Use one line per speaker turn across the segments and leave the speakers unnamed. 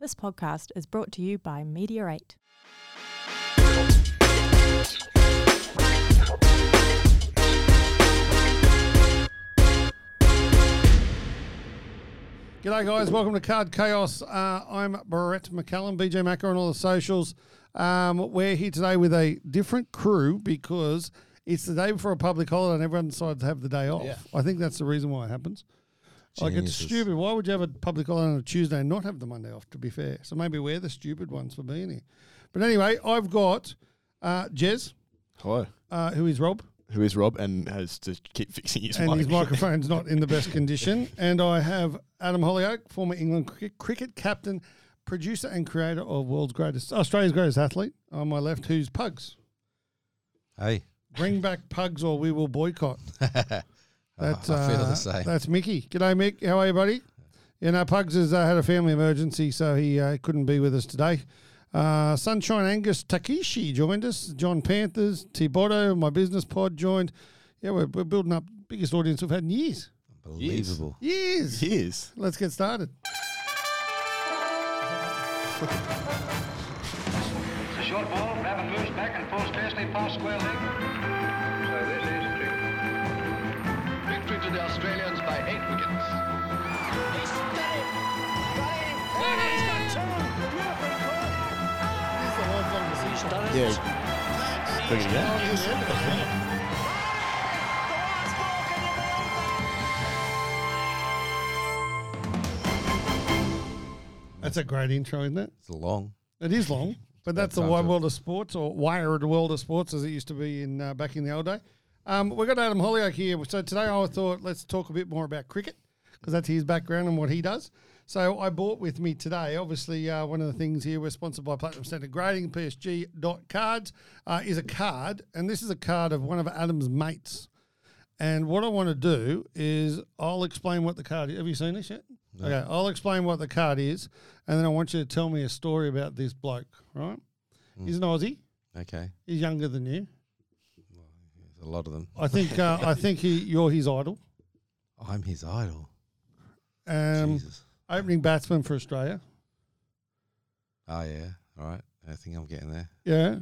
This podcast is brought to you by Meteorate.
G'day, guys. Welcome to Card Chaos. Uh, I'm Brett McCallum, BJ Macker, on all the socials. Um, we're here today with a different crew because it's the day before a public holiday and everyone decided to have the day off.
Yeah.
I think that's the reason why it happens. Like, it's
Geniuses.
stupid. Why would you have a public holiday on a Tuesday and not have the Monday off, to be fair? So maybe we're the stupid ones for being here. But anyway, I've got uh, Jez,
Hello.
uh, who is Rob,
Who is Rob and has to keep fixing his
and
mic.
his microphone's not in the best condition. And I have Adam Hollyoak, former England cricket, cricket captain, producer, and creator of World's Greatest, Australia's Greatest Athlete. On my left, who's Pugs?
Hey,
Bring back Pugs or we will boycott. That's,
I feel the
uh,
same.
That's Mickey. G'day, Mick. How are you, buddy? You know, Pugs has uh, had a family emergency, so he uh, couldn't be with us today. Uh, Sunshine Angus Takishi joined us. John Panthers, Tiboto, my business pod joined. Yeah, we're, we're building up biggest audience we've had in years.
unbelievable.
Years.
Years.
Let's get started.
It's a short ball. Rabbit moves back and pulls fastly past square leg. So this is true. Victory to the Australians by eight wickets.
Yeah. Look at that.
That's a great intro, isn't it?
It's long.
It is long, but that's the
sounds
wide
it.
world of sports, or wired world of sports, as it used to be in uh, back in the old day. Um, we've got Adam Hollyoak here, so today I thought let's talk a bit more about cricket because that's his background and what he does. So I brought with me today, obviously, uh, one of the things here we're sponsored by Platinum Centre Grading, PSG.cards, uh, is a card, and this is a card of one of Adam's mates. And what I want to do is I'll explain what the card is. Have you seen this yet? Okay, I'll explain what the card is, and then I want you to tell me a story about this bloke, right? He's an Aussie.
Hmm. Okay,
He's younger than you.
there's a lot of them.
I think uh, I think he, you're his idol.
I'm his idol.
Um,
Mm. Jesus.
opening batsman for Australia.
Oh yeah. All right. I think I'm getting there.
Yeah.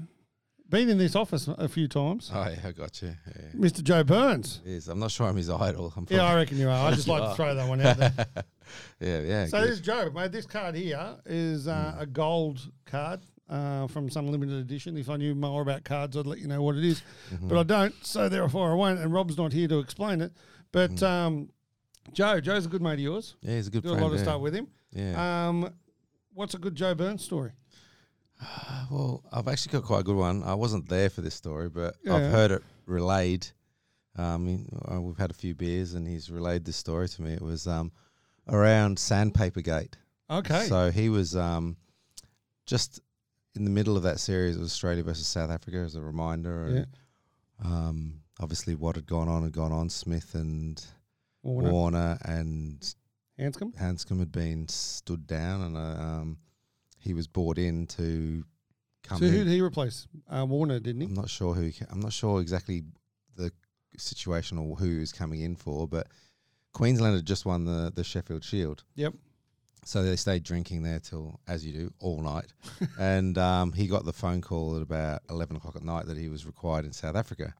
Been in this office a few times.
Oh yeah, I got you. Yeah.
Mr. Joe Burns.
Yes, I'm not sure I'm his idol. I'm
Yeah, I
probably-
reckon you are. I just like to throw that one out there.
yeah, yeah.
So
good.
this Joe, mate, this card here is uh,
Hmm.
a gold card uh, from some limited edition. If I knew more about cards, I'd let you know what it is.
Mm-hmm.
but I don't, so therefore I won't. And Rob's not here to explain it. But um, Joe, Joe's a good mate of yours.
yeah, he's a Mm-hmm. good
Do
friend.
a lot of
yeah.
stuff with him.
Yeah.
Um, what's a good Joe Burns story? uh,
well, I've actually got quite a good one. I wasn't there for this story, but
Yeah.
I've heard it relayed. Um, in- uh, we've had a few beers, and he's relayed this story to me. It was um, around Sandpaper Gate.
Okay.
So he was um, just in the middle of that series of Australia versus South Africa as a reminder. And, um, obviously, what had gone on had gone on. Smith and
Warner,
Warner, and
Hanscom.
Hanscom had been stood down, and uh, um, he was brought in to come
So
in. Mm.
who did he replace? Uh, Warner, didn't
I'm
he?
not sure who. ca- I'm not sure exactly the situation or who he was coming in for, but Queensland had just won the the Sheffield Shield.
Yep.
So they stayed drinking there till, as you do, all night. and um, he got the phone call at about 11 o'clock at night that he was required in South Africa.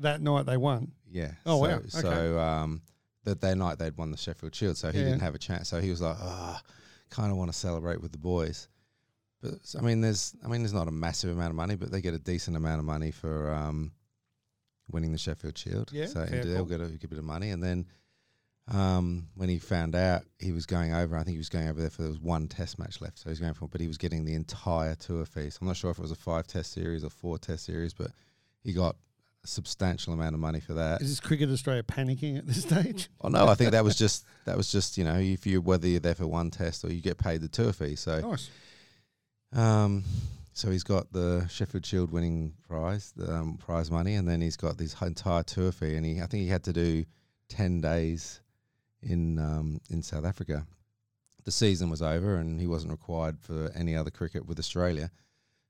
That night they won.
Yeah.
Oh,
so,
wow. Okay.
So um, that, that night they'd won the Sheffield Shield. So he
Yeah.
didn't have a chance. So he was like, ah, kind of want to celebrate with the boys. But s- I mean, there's, I mean, there's not a massive amount of money, but they get a decent amount of money for um, winning the Sheffield Shield.
Yeah,
so
fair
they'll
call.
get a, get a bit of money, and then um, when he found out he was going over, I think he was going over there for there was one test match left, so he was going for, but he was getting the entire tour fee. So I'm not sure if it was a five test series or four test series, but he got a substantial amount of money for that.
Is this Cricket Australia panicking at this stage?
Well, no, I think that was just that was just you know if you whether you're there for one test or you get paid the tour fee. So
Nice.
um, so he's got the Sheffield Shield winning prize, the um, prize money, and then he's got this h- entire tour fee, and he I think he had to do ten days in um, in South Africa. The season was over, and he wasn't required for any other cricket with Australia.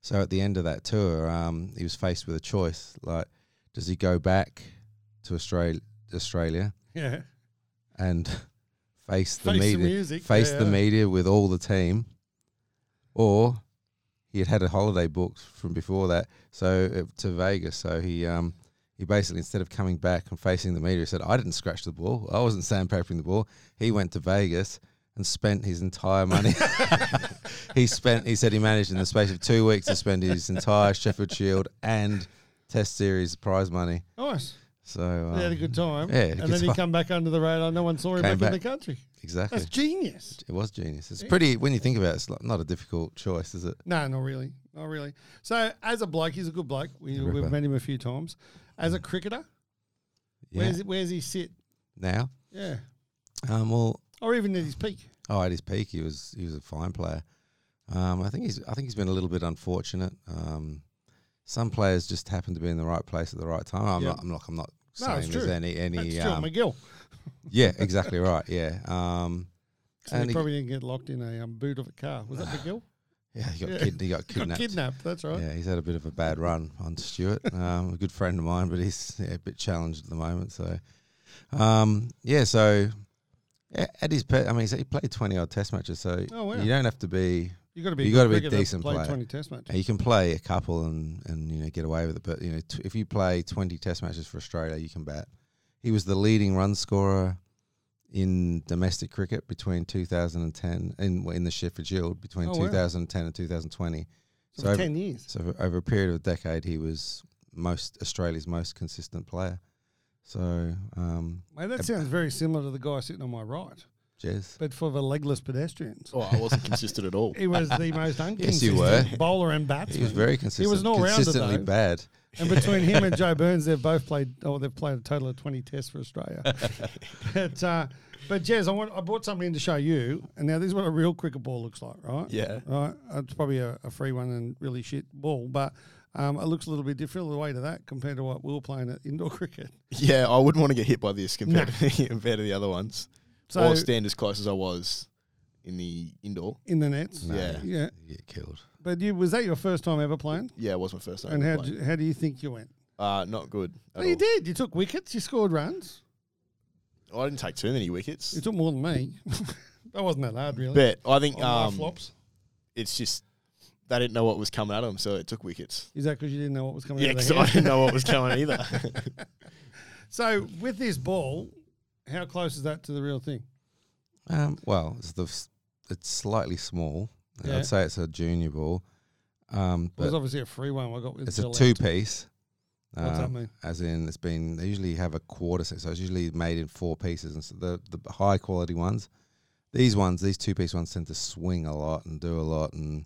So at the end of that tour, um, he was faced with a choice: like, does he go back to Australia, Australia,
Yeah.
and face the
Face the
media,
music,
face
yeah.
the media with all the team, or he had had a holiday booked from before that, so uh, to Vegas. So he um, he basically instead of coming back and facing the media, he said, "I didn't scratch the ball. I wasn't sandpapering the ball." He went to Vegas and spent his entire money. he spent. He said he managed in the space of two weeks to spend his entire Sheffield Shield and Test Series prize money.
Nice.
So um,
They had a good time.
yeah,
and
good
then he
time.
come back under the radar. No one saw him
Came
back, in the
back.
country.
exactly.
That's genius.
it was genius. It's pretty when you think about it. It's like not a difficult choice, is it?
No, not really. Not really. So, as a bloke, he's a good bloke. We, we've
ripper.
met him a few times. As a cricketer,
Mm. Yeah.
where's, where's he sit?
now,
Yeah.
um, well,
Or even at his peak.
Oh, at his peak, he was he was a fine player. Um, I think he's I think he's been a little bit unfortunate. Um, some players just happen to be in the right place at the right time. I'm
Yeah.
not I'm not I'm not
No,
saying
it's
there's
true.
any
That's
any
Stuart
um,
McGill.
yeah exactly right yeah um,
So
and
he
he-
probably didn't get locked in a um, boot of a car. Was that McGill?
yeah he got
Yeah.
Kid, he got
He Got
kidnapped.
kidnapped. That's right.
Yeah, he's had a bit of a bad run on Stewart. Um, a good friend of mine, but he's yeah, a bit challenged at the moment. So, um, yeah, so yeah, at his, pe- I mean, he's- he played twenty odd Test matches, so
Oh, wow.
you don't have to be
You got to be.
You
got to
gotta be a decent
play
player.
Twenty Test matches.
Yeah, you can play a couple and, and you know get away with it, but you know t- if you play twenty Test matches for Australia, you can bat. He was the leading run scorer in domestic cricket between 2010 in in the Sheffield Shield between
Oh, wow.
2010 and 2020.
So
So
for
over,
ten years.
so for- over a period of a decade, he was most Australia's most consistent player. So, um,
Mate, that sounds very similar to the guy sitting on my right,
Jez,
but for the legless pedestrians.
Oh, I wasn't consistent at all.
He was the most
Yes, you
inconsistent
were.
bowler and batsman.
he was very consistent.
an all-rounder,
consistently
though.
bad.
and between him and Joe Burns, they've both played. Oh, they've played a total of twenty tests for Australia. but uh, but Jez, I want I brought something to show you, and now this is what a real cricket ball looks like, right?
Yeah.
Right. It's probably a, a free one and really shit ball, but um, it looks a little bit different the way to that compared to what we were playing at indoor cricket.
Yeah, I wouldn't want to get hit by this compared, to, compared to the other ones.
So
or stand as close as I was in the indoor.
in the nets.
No. Yeah.
Yeah.
You get killed.
But you was that your first time ever playing?
Yeah, it was my first time.
And how
ever
do,
playing.
how do you think you went?
Uh, not good. at
Well, you
all.
did. You took wickets. You scored runs.
I didn't take too many wickets.
You took more than me. that wasn't that hard, really.
But I think
On my
um,
flops.
it's just they didn't know what was coming at them, so it took wickets.
Is that because you didn't know what was coming?
Yeah,
out of
because
the
I
hand?
didn't know what was coming either.
So with this ball, how close is that to the real thing?
Um, well, it's the s- it's slightly small.
Yeah.
I'd say it's a junior ball, um,
It was
but
obviously a free one. I got with E
it's a
Gillette.
two piece.
What's that mean?
As in, it's been they usually have a quarter set, so it's usually made in four pieces. And so the the high quality ones, these ones, these two piece ones tend to swing a lot and do a lot. And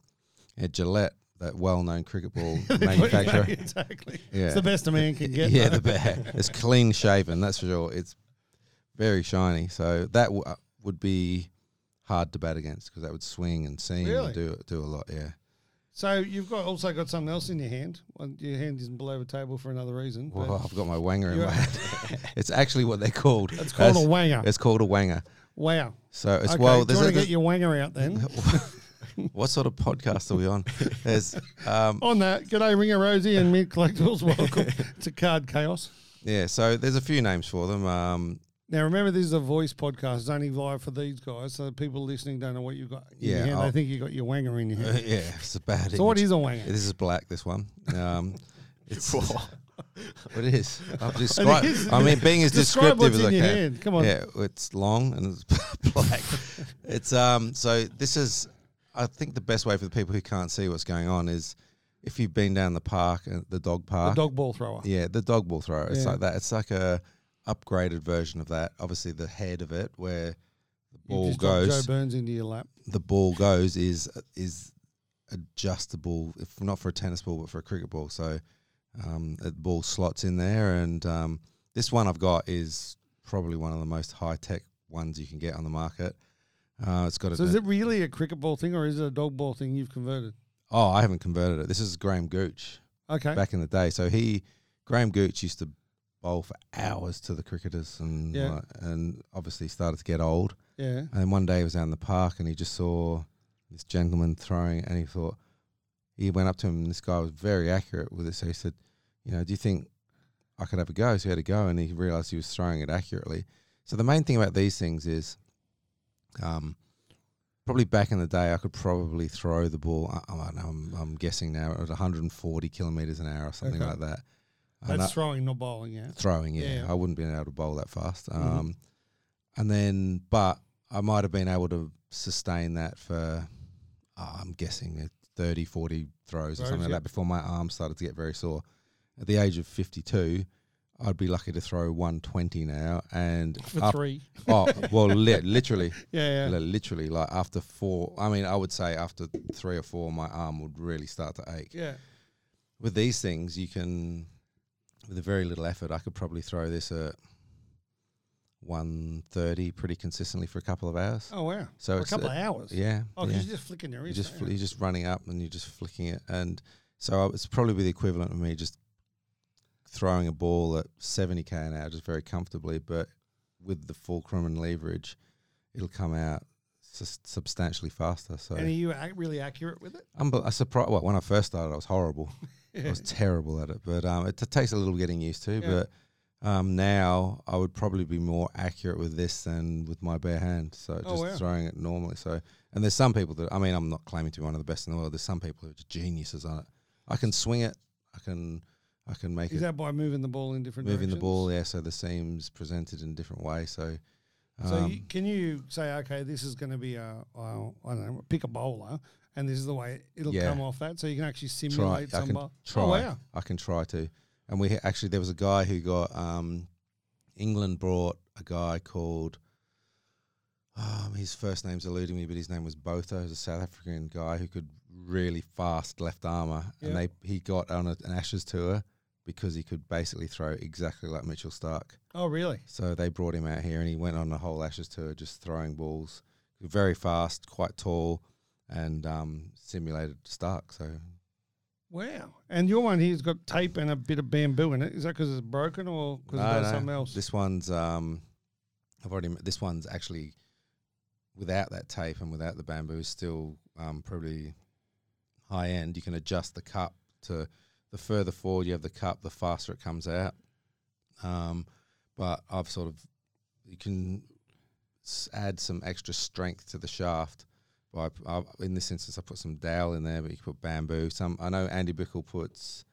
yeah, Gillette, that well known cricket ball manufacturer,
exactly.
Yeah.
It's the best a man can get.
yeah,
though.
the bear. It's clean shaven, that's for sure. It's very shiny, so that w- uh, would be hard to bat against because that would swing and seam
Really?
and do do a lot. Yeah.
So you've got also got something else in your hand. One- Your hand isn't below the table for another reason. but
Well, Oh, I've got my wanger in
You're-
my hand. it's actually what they're called. It's
called a wanger.
It's called a wanger.
Wow.
So it's
okay,
well.
do you want to
there's
get your wanger out then?
a- what sort of podcast are we on? There's um,
On that, g'day Ringer Rosie and Mint Collectibles. Welcome to Card Chaos.
yeah. So there's a few names for them. Um,
Now remember, this is a voice podcast. It's only live for these guys, so people listening don't know what you've got. in your
Yeah,
hand.
I'll-
they think you got your wanger in your hand.
yeah, it's a bad.
So what
image.
is a wanger?
This is black. This one. Um, it's
Whoa.
What it is? I've described.
is.
I mean, being as
Describe
descriptive
what's in
as I
your
can.
hand. Come on.
Yeah, it's long and it's black. it's um. So this is, I think, the best way for the people who can't see what's going on is, if you've been down the park, uh, the dog
The
park.
dog ball thrower.
Yeah, the dog ball thrower. It's
Yeah.
like that. It's like a upgraded version of that. Obviously, the head of it where the
You
ball
just got
goes,
Joe Burns into your lap.
the ball goes is is adjustable, if not for a tennis ball, but for a cricket ball. So um, the ball slots in there, and um, this one I've got is probably one of the most high tech ones you can get on the market. Uh, it's got a,
So is it really a cricket ball thing or is it a dog ball thing you've converted?
oh, I haven't converted it. This is Graham Gooch
Okay.
back in the day. So he, Graham Gooch, used to bowl for hours to the cricketers, and
Yeah.
like, and obviously started to get old.
Yeah.
And then one day he was out in the park and he just saw this gentleman throwing and he thought he went up to him and this guy was very accurate with it. So he said, you know, do you think I could have a go? So he had a go and he realized he was throwing it accurately. So the main thing about these things is um, probably back in the day, I could probably throw the ball. I, I don't know, I'm, I'm guessing now at 140 kilometers an hour or something
Okay.
like that. And
That's throwing, not bowling. Yeah.
throwing. Yeah,
Yeah. Mm-hmm.
I wouldn't been able to bowl that fast. Um, And then, but I might have been able to sustain that for, oh, I'm guessing, uh, 30, 40 throws or
Throws,
something like
yeah.
that before my arm started to get very sore. At the age of 52, I'd be lucky to throw 120 now. And
For
af-
three.
oh, well, li- literally,
Yeah. yeah.
li- literally, like after four, I mean, I would say after three or four, my arm would really start to ache
Yeah.
with these things, you can, with a very little effort, I could probably throw this at 130 pretty consistently for a couple of hours.
Oh wow.
so
For a
it's
couple
uh,
of hours.
Yeah.
Oh, 'cause
yeah.
you're just flicking your
You're
wrist.
just fl-
aren't you?
you're just running up and you're just flicking it, and so I, it's probably the equivalent of me just throwing a ball at 70k an hour just very comfortably, but with the fulcrum and leverage, it'll come out sus- substantially faster. So
And are you ac- really accurate with it?
I'm a surprise. Well, when I first started, I was horrible. I was terrible at it, but um, it t- takes a little getting used to.
Yeah.
But um, now I would probably be more accurate with this than with my bare hand. So
Oh,
just
wow.
throwing it normally. So and there's some people that I mean I'm not claiming to be one of the best in the world. There's some people who are just geniuses on it. I can swing it. I can I can make
Is
it
that by moving the ball in different
moving the
directions?
ball. Yeah. So the seams presented in a different way. So um,
So you, can you say, okay, this is going to be a well, I don't know, pick a bowler, and this is the way it'll
Yeah.
come off that, so you can actually simulate
I
some
can
bowl.
try.
Oh wow,
I can try to. And we ha- actually there was a guy who got um, England brought a guy called um, his first name's eluding me, but his name was Botha. He was a South African guy who could really fast left armour, and they
Yep.
he got on a, an Ashes tour because he could basically throw exactly like Mitchell Stark.
oh really?
So they brought him out here, and he went on the whole Ashes tour just throwing balls, very fast, quite tall, and um, simulated Stark. So
Wow. And your one here's got tape and a bit of bamboo in it. Is that because it's broken or because
No,
it does
no.
something else?
This one's um, I've already. m- This one's actually without that tape and without the bamboo is still um, probably high end. You can adjust the cup to the further forward you have the cup, the faster it comes out. Um, but I've sort of you can s- add some extra strength to the shaft. By, p- I've, in this instance, I put some dowel in there, but you can put bamboo. Some I know Andy Bickle puts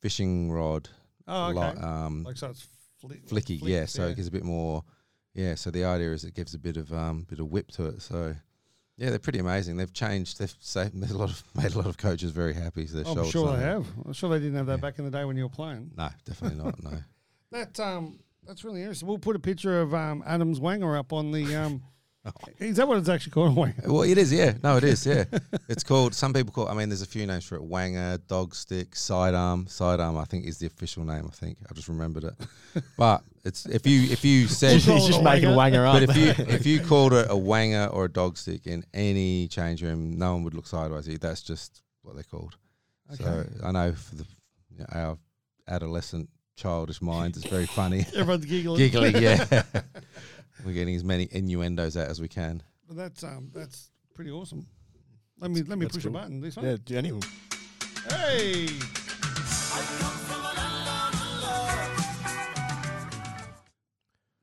fishing rod
oh, okay.
lot, um,
like so, it's fli-
flicky, yeah.
flicks,
So it gives a bit more, yeah. So the idea is it gives a bit of um bit of whip to it. So yeah, they're pretty amazing. They've changed. They've saved, made a lot of made a lot of coaches very happy. Their
Oh, I'm
shoulders
sure
on
they
that.
have. I'm sure they didn't have that
Yeah.
back in the day when you were playing.
No, definitely not. No.
That um, that's really interesting. We'll put a picture of um, Adam's Wanger up on the um.
Oh.
Is that what it's actually called? Wanger.
Well, it is. Yeah. No, it is. Yeah. it's called. Some people call. I mean, there's a few names for it. Wanger, dog stick, sidearm. Sidearm, I think, is the official name. I think I just remembered it. But it's if you if you said
He's just making wanger
But
up.
if you if you called it a wanger or a dog stick in any change room, no one would look sideways at you. That's just what they're called. So I know for the you know, our adolescent childish minds, it's very funny,
Everyone's giggling.
giggly. Yeah, we're getting as many innuendos out as we can.
But that's um, that's pretty awesome. Let me let me
that's
push
cool.
a button. This one.
yeah, do any of them.
Hey.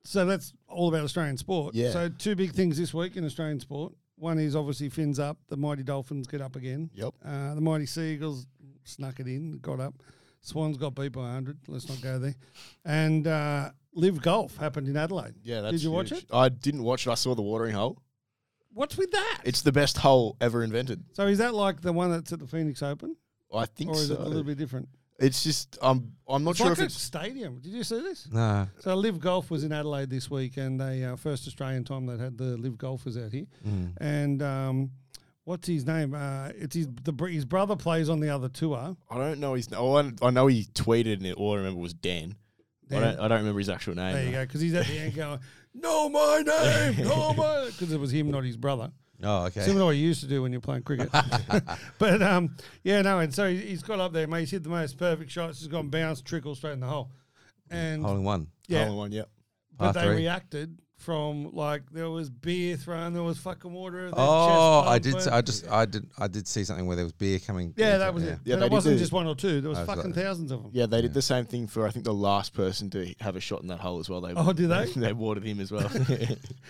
So that's all about Australian sport.
Yeah.
So two big things this week in Australian sport. One is obviously fins up. The mighty Dolphins get up again.
Yep.
Uh, the mighty Seagulls snuck it in, got up. Swans got beat by 100. Let's not go there. And uh, Live Golf happened in Adelaide.
Yeah, that's
Did you watch
huge.
it?
I didn't watch it. I saw the watering hole.
What's with that?
It's the best hole ever invented.
so is that like the one that's at the Phoenix Open?
I think
Or is
so.
it a little bit different?
It's just I'm I'm not
It's
sure
like
if
a
it's
stadium. Did you see this?
No,
So Live Golf was in Adelaide this week, and they uh, first Australian time they had the Live Golfers out here. And um, what's his name? Uh, it's his the br- his brother plays on the other tour.
I don't know his. Oh, I, I know he tweeted, and all I remember was Dan.
Dan.
I don't. I don't remember his actual name.
There you go, because he's at the end going, "No, my name, no, my," because it was him, not his brother.
oh okay.
Similar to what you used to do when you're playing cricket. but um, yeah, no, and so he- he's got up there, mate. He's hit the most perfect shots. He's gone bounce, trickle straight in the hole, and
Holding one.
Yeah.
yeah,
one. Yep.
but
Par
they
three.
reacted from like there was beer thrown, there was fucking water. everything,
Oh,
chest
I did. s-
pumping.
I just. I did. I did see something where there was beer coming.
yeah,
beer
that
coming-
was
yeah.
it.
Yeah,
Yeah,
they
it
did
wasn't
do-
just one or two. There was,
I was
fucking
like-
thousands of them.
Yeah, they did the same thing for I think the last person to have a shot in that hole as well. They
Oh, did they?
they watered him as well.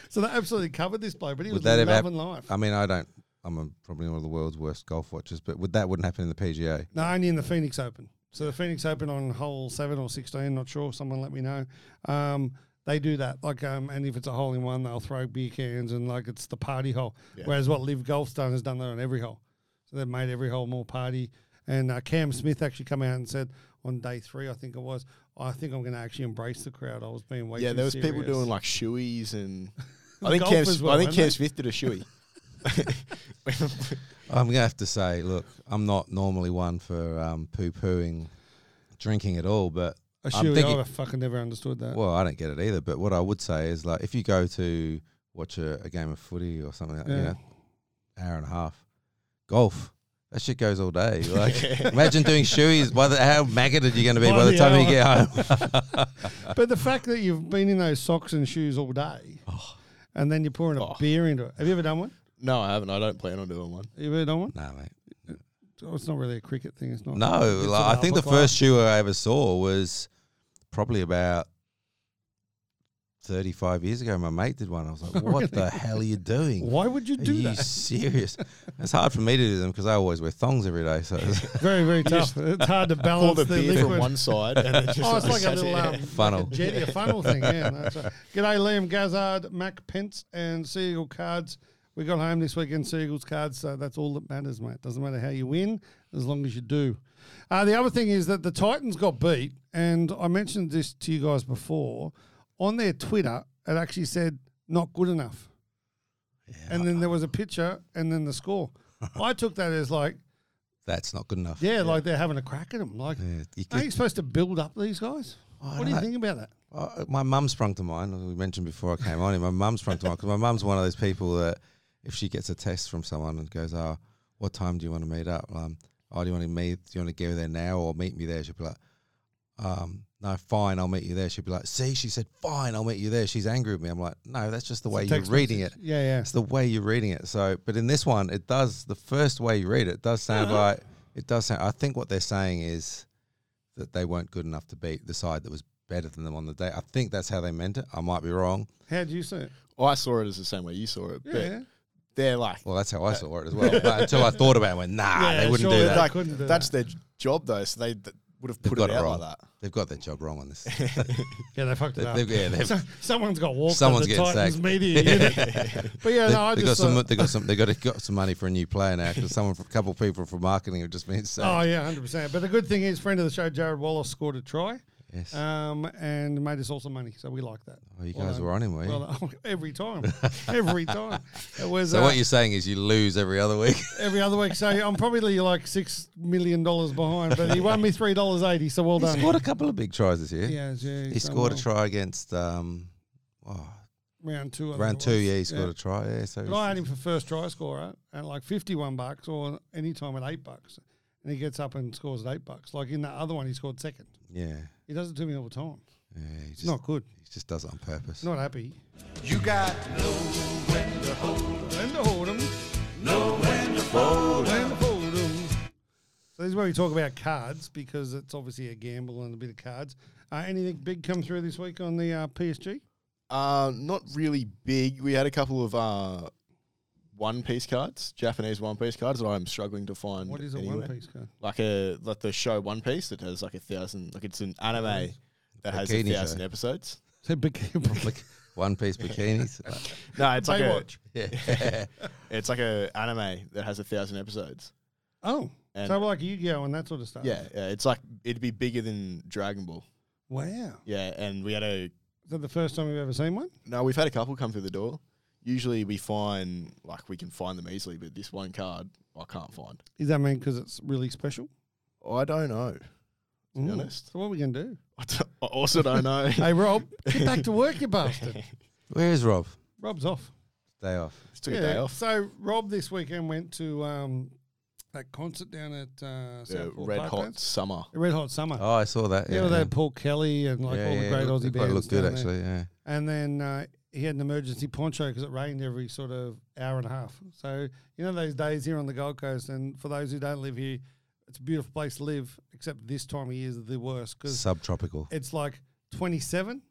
So they absolutely covered this bloke, but he
Would
was
that
loving
have hap-
life.
I mean, I don't. I'm a, probably one of the world's worst golf watchers, but would that wouldn't happen in the PGA.
No, only in the Phoenix Open. So the Phoenix Open on hole seven or sixteen, not sure. Someone let me know. Um, they do that, like, um, and if it's a hole in one, they'll throw beer cans and like it's the party hole.
Yeah.
Whereas what Live Golf's done has done that on every hole, so they've made every hole more party. And uh, Cam Smith actually come out and said on day three, I think it was, I think I'm going to actually embrace the crowd. I was being way
yeah,
too
there was people
serious."
doing like shoeies and I think Cam,
Golfers
Smith-
were,
I think
weren't
Cam
they?
Smith did a shoey.
I'm gonna have to say, look, I'm not normally one for um, poo-pooing drinking at all, but
I
I'm
surely
thinking-
I fucking never understood that.
well, I don't get it either. But what I would say is, like, if you go to watch a, a game of footy or something, like, you
Yeah.
know, hour and a half, golf. That shit goes all day. Like, imagine doing shoeies. By the how maggoted you're going to be
By
by, the,
the
time
hour.
you get home.
uh,
But the fact that you've been in those socks and shoes all day, and then you're pouring a
Oh.
beer into it. Have you ever done one?
no, I haven't. I don't plan on doing one.
Have you ever done one?
no, mate.
Oh, it's not really a cricket thing. It's not.
No,
It's
like,
an
I think the
alpaca.
first shoe I ever saw was probably about 35 years ago. My mate did one. I was like, what the hell are you doing?
Why would you
Are
do
you
that?
serious? It's hard for me to do them because I always wear thongs every day. So it's a
Very, very tough.
just
Oh, It's hard to
Pour
balance
the
the,
beer from
liquid.
one side and then just
oh, it's like a
set
little
it.
um,
funnel.
jetty, a funnel thing. Yeah. That's right. G'day, Liam Gazard, Mac Pence, and Seagull Cards. We got home this weekend, Seagull's Cards. So that's all that matters, mate. Doesn't matter how you win, as long as you do. Uh, the other thing is that the Titans got beat, and I mentioned this to you guys before. On their Twitter, it actually said not good enough. And then there was a picture, and then the score. I took that as like,
That's not good enough.
yeah, like they're having a crack at them. Like,
Yeah, you
aren't
can-
you supposed to build up these guys?
I
What do you
dunno.
think about that?
Uh, my mum sprung to mind. as We mentioned before I came on. here, My mum sprung to mind because my mum's one of those people that if she gets a text from someone and goes, "Oh, what time do you want to meet up? Um, oh, do you want to meet? Do you want to go there now or meet me there?" She'll be like, um, "No, fine, I'll meet you there." She'll be like, "See," she said, "Fine, I'll meet you there." She's angry with me. I'm like, "No, that's just the way you're
Text
reading
message.
it.
Yeah, yeah.
It's the way you're reading it." So, but in this one, it does the first way you read it, it does sound like it does sound. I think what they're saying is that they weren't good enough to beat the side that was better than them on the day. I think that's how they meant it. I might be wrong.
How do you see it?
Well, I saw it as the same way you saw it, but
Yeah.
they're like
Well, that's how I saw it as well. But until I thought about it, I went, nah, they wouldn't
sure,
do
they
that.
like
couldn't do
that's their job though, so they th- would have
They've
put
got
it
it
out
wrong.
like
They've got their job wrong on this.
Yeah, they fucked it up.
They've, yeah, they've,
So, someone's got walked
Someone's
at the
getting
Titans
sacked.
media unit. But yeah, no, I
they got
just uh,
some.
thought-
They got some. They got a, got some money for a new player now because someone, a couple of people from marketing have just been saying,
Oh yeah, hundred percent. But the good thing is, friend of the show, Jared Wallace scored a try,
"Yes,
um, and made us also money, so we like that.
oh, you
well
guys
done.
were on him, were you?"
Well, oh, every time, every time it was
so
uh,
what you're saying is you lose every other week.
every other week. So I'm probably like six million dollars behind, but he won me three dollars eighty. So well
he
done.
scored a couple of big tries this year.
yeah, yeah,
he
he's done
scored a
well.
try against um, oh,
round two. I think
round
it
two.
was.
Yeah, he scored a try. Yeah, so
But I had him for first try scorer at like fifty-one bucks, or any time at eight bucks, and he gets up and scores at eight bucks. Like in that other one, he scored second.
yeah,
He does it to me all the time.
yeah, he
It's
just,
not good.
he just does it on purpose.
Not happy.
You got no when to hold,
And to hold him,
no when to fold.
and to hold him. So this is where we talk about cards because it's obviously a gamble and a bit of cards. Uh, anything big come through this week on the uh, PSG?
that. Uh, not really big. We had a couple of uh, one piece cards, Japanese one piece cards that I'm struggling to find.
What is a
anywhere.
one piece card?
Like a like the show One Piece that has like a thousand. Like it's an anime that has a
Bikini
thousand
show.
episodes.
So big
like one piece bikinis.
No, it's like a,
Baywatch.
yeah.
it's like a anime that has a thousand episodes.
Oh,
And
so like Yu-Gi-Oh and that sort of stuff.
yeah, yeah, it's like it'd be bigger than Dragon Ball.
Wow.
Yeah, and we had a
Is that the first time you've ever seen one?
No, we've had a couple come through the door. Usually we find like we can find them easily, but this one card I can't find.
Is that mean because it's really special?
I don't know. To be
Mm.
honest,
So what are we gonna do?
I, d- I also don't know.
hey Rob, get back to work, you bastard.
Where is Rob?
Rob's off.
Day off.
Just took a day off.
So Rob this weekend went to um, that concert down at uh,
The
Southport
red hot
Parklands.
summer.
Red Hot Summer.
Oh, I saw that.
yeah,
Yeah,
well, they had Paul Kelly and like
Yeah,
all the
yeah,
great
it looked-
Aussie
it quite
bands.
looked good
down there.
actually. Yeah.
And then uh, he had an emergency poncho because it rained every sort of hour and a half. So you know those days here on the Gold Coast, and for those who don't live here, it's a beautiful place to live. Except this time of year is the worst because
Subtropical.
it's like twenty seven,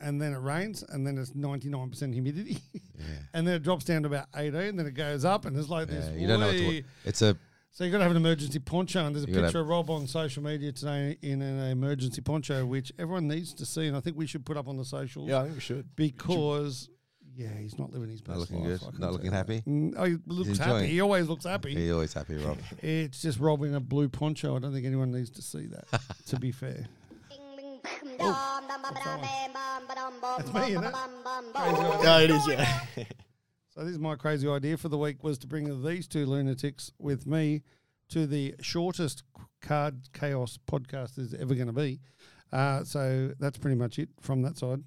and then it rains, and then it's ninety nine percent humidity, and then it drops down to about eighteen, and then it goes up, and it's like
Yeah,
this.
you don't know what
way-
to. It's a
so you got to have an emergency poncho, and there's a
You gotta
picture of Rob on social media today in an emergency poncho, which everyone needs to see, and I think we should put up on the socials
Yeah, I think we should.
because yeah, he's not living his best
not looking
life.
good.
I can
Not
say
looking
that.
happy.
Mm, Oh, he looks happy.
enjoying
He always looks happy.
You're always happy, Rob.
It's just Rob in a blue poncho. I don't think anyone needs to see that. to be fair,
That's
me, isn't it? Crazy
Yeah, it is. Yeah.
so this is my crazy idea for the week was to bring these two lunatics with me to the shortest card chaos podcast is ever going to be. Uh, so that's pretty much it from that side.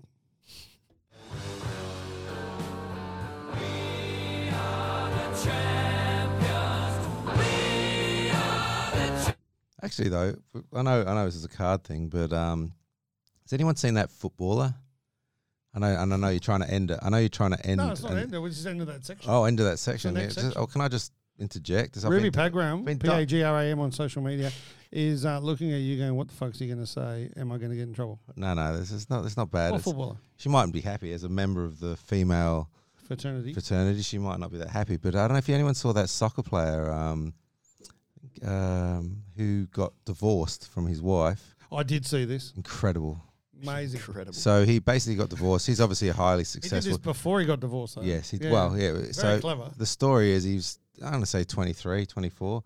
Actually, though, f- I know I know this is a card thing, but um, has anyone seen that footballer? I know, and I know you're trying to end it. I know you're trying to end.
No, it's not
and-
ended. We just ended that section.
Oh, into that section.
next
yeah. Just-
section.
Oh, can I just interject? There's- I've
Ruby
been-
Pagram,
been
P
done-
A G R A M on social media, is uh, looking at you going, "What the fuck's he going to say? Am I going to get in trouble?"
No, no, this is not. It's not bad.
Or
It's-
footballer
she mightn't be happy as a member of the female
fraternity.
fraternity. She might not be that happy. But I don't know if anyone saw that soccer player um, um, who got divorced from his wife.
I did see this.
Incredible.
Amazing.
Incredible.
So he basically got divorced. He's obviously a highly
He did this
successful.
before he got divorced. Though.
Yes, he, well, yeah.
Very
so
clever.
the story is he's I want to say 23, 24,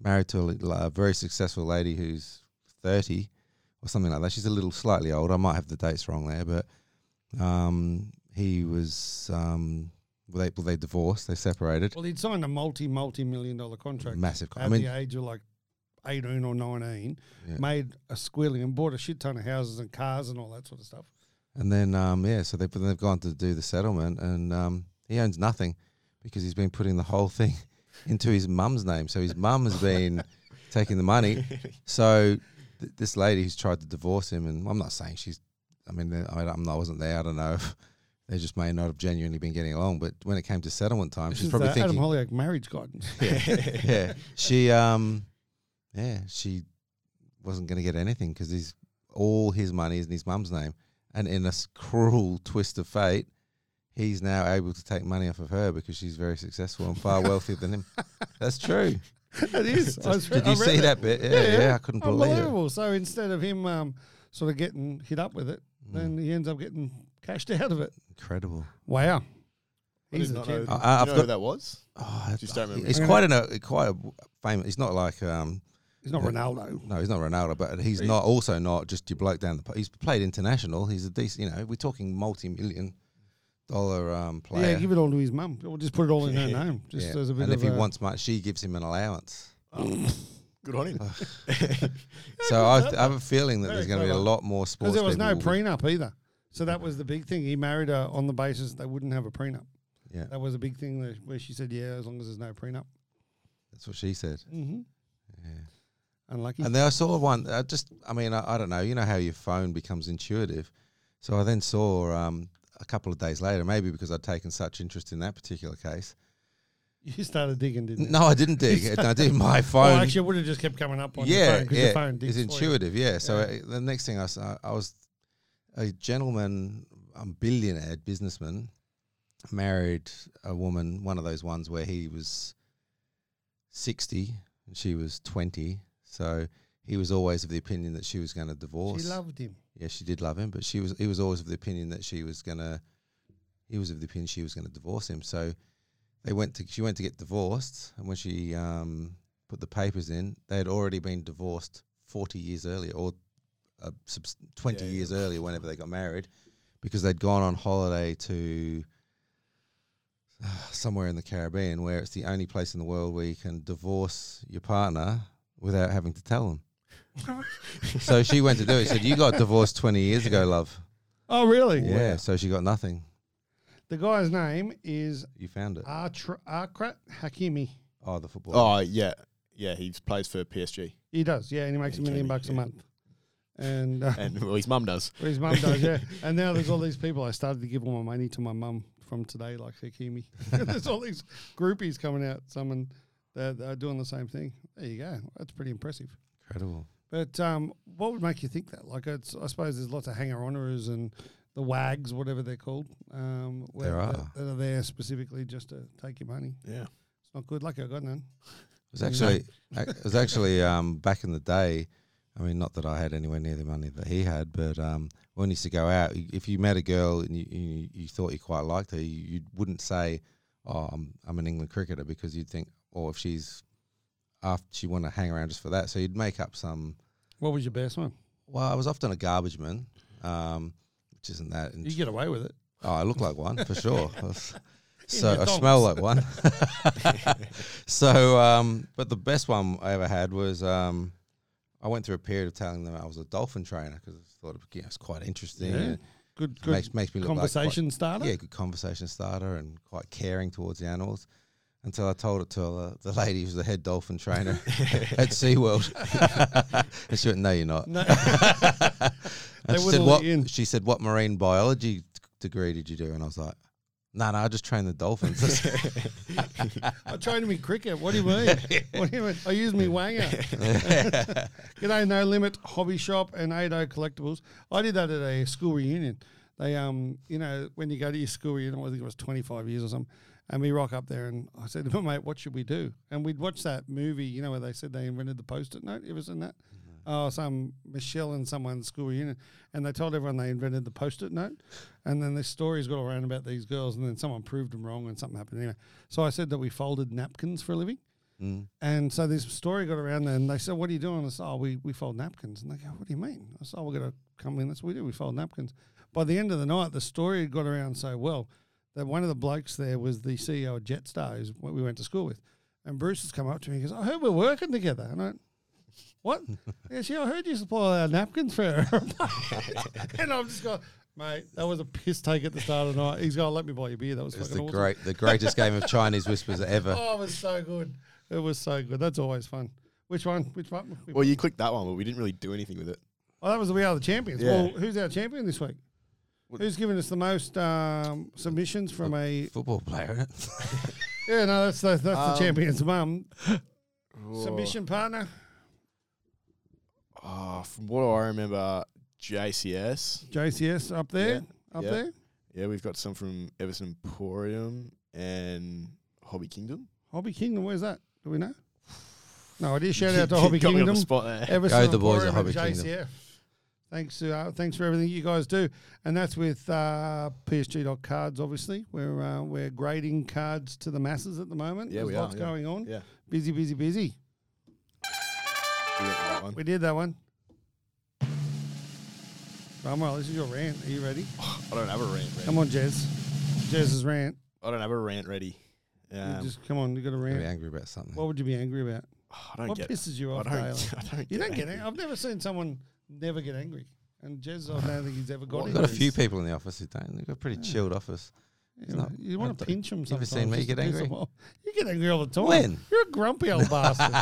married to a, li- a very successful lady who's 30 or something like that. She's a little slightly older. I might have the dates wrong there, but um, he was um, well, they well, they divorced, they separated.
Well, he'd signed a multi multi million dollar contract.
Massive con-
At
I mean-
the age of like eighteen or nineteen,
Yeah.
made a squealing and bought a shit ton of houses and cars and all that sort of stuff.
And then um, yeah, so they but they've gone to do the settlement, and um, he owns nothing because he's been putting the whole thing into his mum's name. So his mum has been taking the money. So th- this lady who's tried to divorce him, and I'm not saying she's, I mean, I, mean, I'm, not- I wasn't there. I don't know. if They just may not have genuinely been getting along, but when it came to settlement time,
This
she's
is
probably
the
thinking,
Adam Holyoke marriage guidance.
yeah, she, um, yeah, she wasn't going to get anything because he's all his money is in his mum's name, and in a s- cruel twist of fate, he's now able to take money off of her because she's very successful and far wealthier than him. That's true.
it is. I was-
Did
I
you
read
see that bit? Yeah, yeah, I couldn't believe it.
Unbelievable. So instead of him um, sort of getting hit up with it,
Hmm.
then he ends up getting cashed out of it.
Incredible.
Wow.
I did
He's a
not know.
kid.
that.
I- I've
you know
got-
who that was?
Oh, I-
Just don't remember.
He's
I mean,
quite an, a quite a famous. He's not like um.
He's not Ronaldo.
No, he's not Ronaldo, but he's not also not just your bloke down the. pu- He's played international. He's a decent. You know, we're talking multi-million dollar um player.
Yeah, give it all to his mum. We'll just put it all in her name. Just
Yeah.
as a bit
and
of
if he
a-
wants much, she gives him an allowance.
Good on him.
So I, I have a feeling that
Very
there's going to be a
clever.
lot more
Because
sports.
there was no
people-
prenup either. So that was the big thing. He married her on the basis they wouldn't have a prenup.
Yeah.
That was a big thing there where she said, yeah, as long as there's no prenup.
That's what she said.
Mm-hmm.
Yeah.
Unlucky.
And then I saw one. I just, I mean, I, I don't know. You know how your phone becomes intuitive. So I then saw um, a couple of days later, maybe because I'd taken such interest in that particular case.
you started digging, didn't you?
No, I didn't dig. I did my
Well,
phone.
actually, it would have just kept coming up on your
yeah,
phone because
yeah.
your phone digs
it's
for you.
intuitive. Yeah. So uh, the next thing I saw, I was a gentleman, a billionaire businessman, married a woman, one of those ones where he was sixty and she was twenty. So he was always of the opinion that she was going to divorce.
She loved him.
Yeah, she did love him, but she was he was always of the opinion that she was gonna he was of the opinion she was gonna divorce him. So they went to she went to get divorced and when she um, put the papers in, they had already been divorced forty years earlier or uh, subs- twenty
Yeah.
years earlier whenever they got married because they'd gone on holiday to somewhere in the Caribbean where it's the only place in the world where you can divorce your partner without having to tell them. so she went to do it. She said, You got divorced 20 years ago, love.
Oh, really?
Yeah. So she got nothing.
The guy's name is
You found it.
Artra- Arkrat Hakimi.
Oh, the football.
Oh yeah, yeah. He plays for PSG.
He does, yeah, and he makes a
he
million
can,
bucks a
yeah.
month. and, uh,
and well, his mum does.
his mum does, yeah. And now there's all these people. I started to give all my money to my mum from today, like Hikimi. there's all these groupies coming out, someone that are doing the same thing. There you go. That's pretty impressive.
Incredible.
But um, what would make you think that? Like, it's, I suppose there's lots of hanger oners and the wags, whatever they're called, um, where-
There are.
That, that are there specifically just to take your money.
Yeah.
It's not Oh, good. Lucky I got none.
It was actually ac- it was actually um, back in the day. I mean, not that I had anywhere near the money that he had, but um, when he used to go out, y- if you met a girl and you, you, you thought you quite liked her, you, you wouldn't say, "Oh, I'm, I'm an England cricketer," because you'd think, "Oh, if she's after she want to hang around just for that," so you'd make up some.
What was your best one?
Well, I was often a garbage man, um, which isn't that.
You get away with it.
Oh, I look like one for sure. I was- so
your
I smell like one. so, um, but the best one I ever had was um, I went through a period of telling them I was a dolphin trainer because I thought it, you know, it's quite interesting.
Yeah.
and
Good,
it
good
makes makes me look
conversation
like quite,
starter.
Yeah, good conversation starter and quite caring towards the animals. Until I told it to the, the lady who's the head dolphin trainer at SeaWorld. and she went, No, you're not.
No.
And
They
she said,
wouldn't let
what,
you in.
she said, what marine biology t- degree did you do? And I was like, no, no, I just trained the dolphins.
I trained him in cricket. What do you mean? what do you mean? I use me wanger. G'day, No Limit Hobby Shop and Ado Collectibles. I did that at a school reunion. They, um, you know, when you go to your school reunion, I think it was 25 years or something, and we rock up there and I said, "Well, mate, what should we do? And we'd watch that movie, you know, where they said they invented the post-it note. It was in that. Oh, some Michelle and someone's school reunion, and they told everyone they invented the post-it note, and then this story's got around about these girls, and then someone proved them wrong, and something happened anyway. So I said that we folded napkins for a living, and so this story got around, and they said, "What are you doing?" I said, "Oh, we, we fold napkins." And they go, "What do you mean?" I said, "Oh, we're going to come in. That's what we do. We fold napkins." By the end of the night, the story had got around so well that one of the blokes there was the CEO of Jetstar, who's what we went to school with. And Bruce has come up to me. He goes, "I heard we're working together." And I, went, what? He goes, "Yeah, I heard you supply our napkins for her." and I'm just going, "Mate, that was a piss take at the start of the night." He's going, "Let me buy your beer." That was
it was
fucking
the
awesome.
great, the greatest game of Chinese whispers ever.
Oh, it was so good. It was so good. That's always fun. Which one? Which one?
Well, you clicked that one, but we didn't really do anything with it.
Oh, that was we are the champions.
Yeah.
Well, who's our champion this week?
What-
Who's given us the most um, submissions from a?
Football player. innit?
Yeah, no, that's that's, that's
Um,
the champion's mum. Submission partner.
Oh, from what I remember, JCS.
JCS up there, up
yeah.
there.
Yeah, we've got some from Everson Emporium and Hobby Kingdom.
Hobby Kingdom. Where's that? Do we know? No idea. Shout out to Hobby
Got me on
Kingdom.
the spot there.
Everson
Go the boys at
Emporium and
Hobby Kingdom.
JCF. Thanks, uh, thanks for everything you guys do, and that's with uh, PSG.cards. Obviously, we're uh, we're grading cards to the masses at the moment.
Yeah,
There's
we are,
lots
yeah.
going on.
Yeah,
Busy, busy, busy.
we went for that one.
We did that one. Cromwell, this is your rant. Are you ready?
I don't have a rant ready.
Come on, Jez. Jez's rant.
I don't have a rant ready.
You
Um,
just come on. You got a
I'd be
rant.
angry about something.
What would you be angry about?
oh, I don't
What
get.
pisses you
I
off,
don't.
Taylor?
I don't.
You don't get
angry.
it. I've never seen someone never get angry. And Jez, I don't think he's ever got.
Well,
We've got a
angry.
few people in the office who don't. They've got a pretty chilled office.
You,
not-
want to
I've-
pinch him.
you ever
Sometimes
seen me
just to
get
piss
angry?
him off. You get angry all the time.
When?
You're a grumpy old bastard.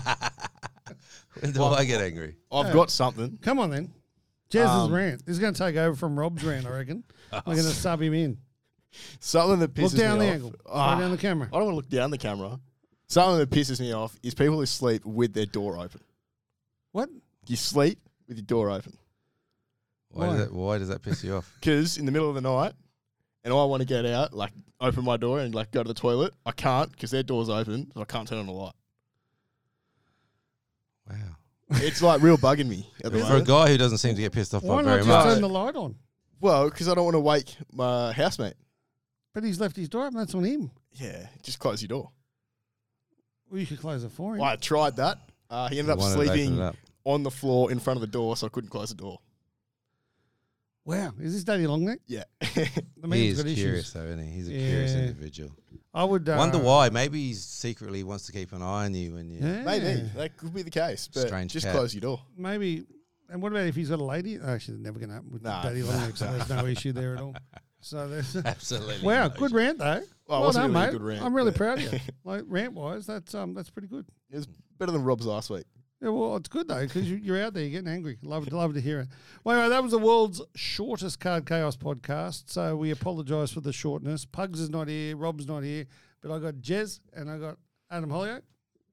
When do I get angry?
I've got something.
Come on then. Jez's
Um,
rant. He's going to take over from Rob's rant. I reckon. We're going to sub him in.
Something that pisses
Look down
me
the
off.
angle.
Ah,
Right down the camera.
I don't want to look down the camera. Something that pisses me off is people who sleep with their door open.
What?
You sleep with your door open
Why,
Why?
Does that, why does that piss you off?
because in the middle of the night, and I want to get out, like open my door and like go to the toilet. I can't because their door's open. So I can't turn on the light.
Wow.
It's like real bugging me at the
For a
moment.
guy who doesn't seem to get pissed off
Why
by
not
very
just
much.
turn the light on?
Well, because I don't want to wake my housemate.
But he's left his door open. That's on him.
Yeah, just close your door.
Well, you could close it for him.
Well, I tried that. Uh, he ended up
Why don't they open
sleeping
it up?
on the floor in front of the door, so I couldn't close the door.
Wow. Is this Daddy Longneck?
Yeah.
The
He
man's
is
got issues.
curious, though, isn't he? He's a curious
Yeah.
individual.
I would uh,
Wonder why? Maybe he secretly wants to keep an eye on you when you.
Yeah.
Maybe that could be the case, but
Strange
just
cat.
close your door.
Maybe. And what about if he's got a lady? Oh, she's never going to happen with
Nah.
Daddy Longneck, so there's no issue there at all. So there's.
Absolutely.
Wow, good rant though.
Well, it
done,
wasn't really a
mate.
good rant,
I'm really
but-
proud of you. Like rant wise, that's um, that's pretty good.
It was better than Rob's last week.
Yeah, well, it's good though because you're out there, you're getting angry. Love, love to hear it. Well, anyway, that was the world's shortest Card Chaos podcast, so we apologise for the shortness. Pugs is not here, Rob's not here, but I got Jez and I got Adam Hollyoak.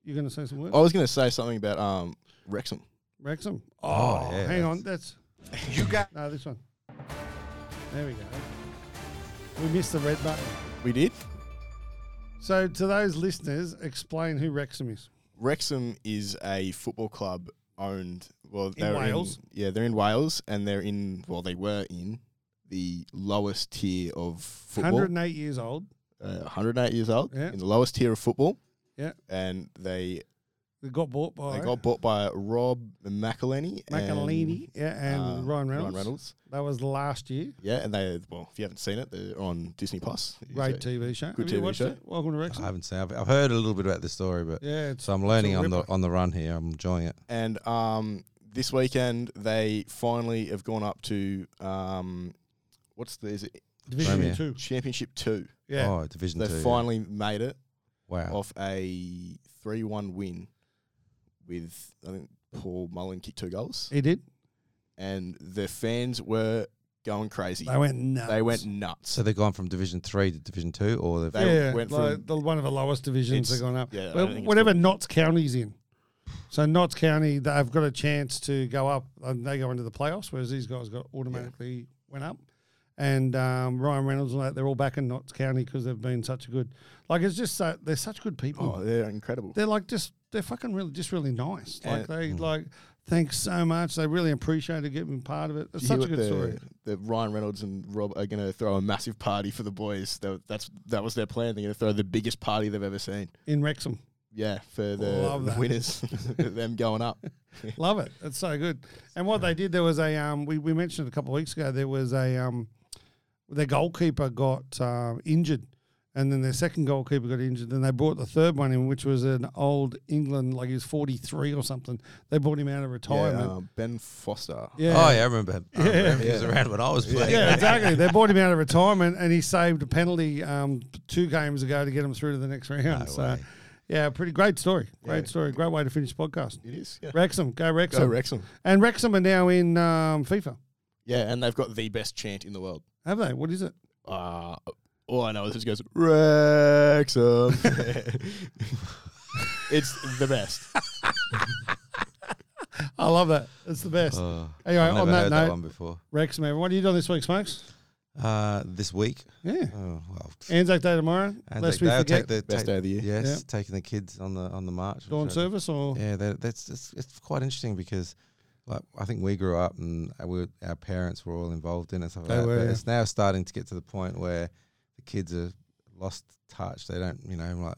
You're going to say some
Oh.
words,
I was going to say something about um, Wrexham.
Wrexham. Oh,
yeah,
hang on,
that's-
that's
You got
no, this one. There we go. We missed the red button.
We did.
So, to those listeners, explain who Wrexham is.
Wrexham is a football club owned. Well, they're
Wales?
yeah, they're in Wales, and they're in. Well, they were in the lowest tier of football.
108 years old.
uh, 108 years old
Yeah.
in the lowest tier of football.
Yeah.
And they
They got bought by
they got bought by Rob McElhenney.
McElhaney, yeah, and
uh,
Ryan Reynolds.
Ryan Reynolds.
That was last year.
Yeah, and they well, if you haven't seen it, they're on Disney Plus.
Great TV show.
Good
Have you
TV
watched
show.
it? Welcome to
I
Wrexham.
haven't seen. I've, I've heard a little bit about the story, but
Yeah, it's
so I'm learning on the on the run here. I'm enjoying it.
And um, this weekend they finally have gone up to um, what's the is it
Division
Premier.
Two.
Championship Two?
Yeah,
Oh, Division
They
Two. yeah.
finally made it
Wow.
off a three-one win with I think Paul Mullen kicked two goals,
he did.
and the fans were going crazy.
They went nuts.
They went nuts.
So they've gone from Division Three to Division Two, or they've
They
yeah,
went
like
from-
the one of the lowest divisions
It's-
they've gone up.
yeah, I
Well,
don't think it's
whatever
good.
Notts County's in. So Notts County, they've got a chance to go up, and they go into the playoffs, whereas these guys got automatically went up. And um, Ryan Reynolds and that, they're all back in Notts County because they've been such a good. Like it's just so they're such good people.
Oh, they're incredible.
they're like just they're fucking really just really nice. Like they
Mm.
like thanks so much. They really appreciated getting part of it. It's
You
such
hear
a
what
good
the,
story.
The Ryan Reynolds and Rob are going to throw a massive party for the boys. Tha- That's that was their plan. They're going to throw the biggest party they've ever seen.
In Wrexham.
Yeah, for the,
Love
the
that.
winners, them going up.
Love it. It's so good. And what they did there was a um we, we mentioned it a couple of weeks ago, there was a um their goalkeeper got uh, injured and then their second goalkeeper got injured and they brought the third one in, which was an old England like he was forty three or something. They brought him out of retirement.
um, ben Foster.
Oh yeah, I remember. I remember
Yeah.
He was around when I was playing.
Yeah, exactly. They bought him out of retirement, and he saved a penalty um, two games ago to get him through to the next round. so,
way.
yeah, pretty great story. Great story. Great way to finish the podcast.
It is. Yeah.
Wrexham, go Wrexham.
Go Wrexham.
And Wrexham are now in um, FIFA,
Yeah, and they've got the best chant in the world.
have they? What is it?
Uh, all I know is it goes Wrexham. it's the best.
I love that. It's the best.
Oh,
anyway,
I've never
on that
heard
note,
that one before.
Wrexham, everyone, what are you doing this week, Smokes?
Uh, this week.
Yeah.
Oh well.
Anzac Day tomorrow.
and
lest
they-
we
they'll
forget.
take the
Best
take-
day of the year.
Yes,
Yeah.
taking the kids on the on the march.
Dawn
which I-
service or
Yeah, that, that's it's, it's quite interesting because, like, I think we grew up and we our parents were all involved in it. and Stuff like
They
that,
were,
but
yeah.
it's now starting to get to the point where the kids are lost touch. They don't, you know, like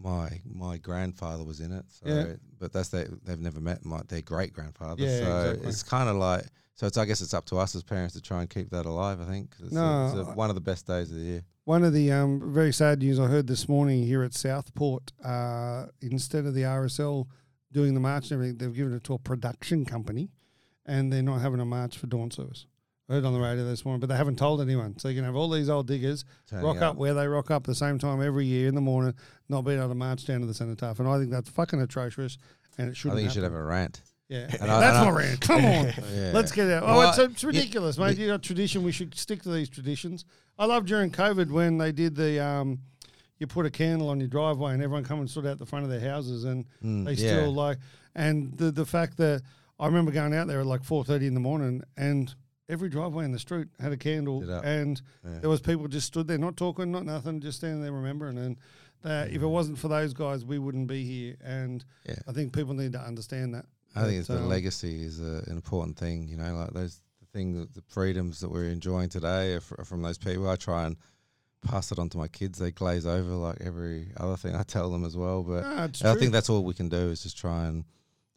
my my grandfather was in it. So,
Yeah.
but that's they they've never met my their great grandfather.
Yeah,
so
exactly.
it's kind of like. So it's, I guess it's up to us as parents to try and keep that alive. I think 'cause it's, a- it's a-
No, I-
one of the best days of the year.
One of the um, very sad news I heard this morning here at Southport, uh, instead of the RSL doing the march and everything, they've given it to a production company and they're not having a march for dawn service. I heard on the radio this morning, but they haven't told anyone. So you can have all these old diggers
Turning
rock
up.
up where they rock up the same time every year in the morning, not being able to march down to the cenotaph. And I think that's fucking atrocious and it
I
shouldn't
think you should
happen.
have a rant.
Yeah,
I-
that's
and I-
my rant. Come on,
Yeah.
let's get out. Oh,
Well,
it's, it's
you-
ridiculous, mate. You got tradition. We should stick to these traditions. I love during COVID when they did the um, you put a candle on your driveway and everyone come and stood out the front of their houses, and they
Mm, yeah.
still like. And the the fact that I remember going out there at like four thirty in the morning, and every driveway in the street had a candle,
Lit up.
and there was people just stood there, not talking, not nothing, just standing there remembering. And that if it wasn't for those guys, we wouldn't be here. And
Mm. Yeah.
I think people need to understand that.
I think
But,
it's the
um,
legacy is a, an important thing. You know, like those the thing that the freedoms that we're enjoying today are, fr- are from those people. I try and pass it on to my kids. They glaze over like every other thing I tell them as well. But
Ah, it's
I
true.
think that's all we can do is just try and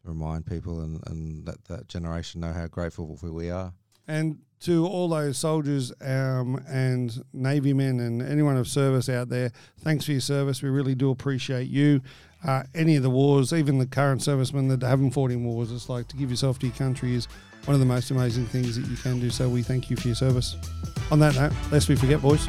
remind people and, and let that generation know how grateful we- we are.
And to all those soldiers um, and Navy men and anyone of service out there, thanks for your service. We really do appreciate you. Uh, any of the wars, even the current servicemen that haven't fought in wars, it's like to give yourself to your country is one of the most amazing things that you can do. So we thank you for your service. On that note, lest we forget, boys.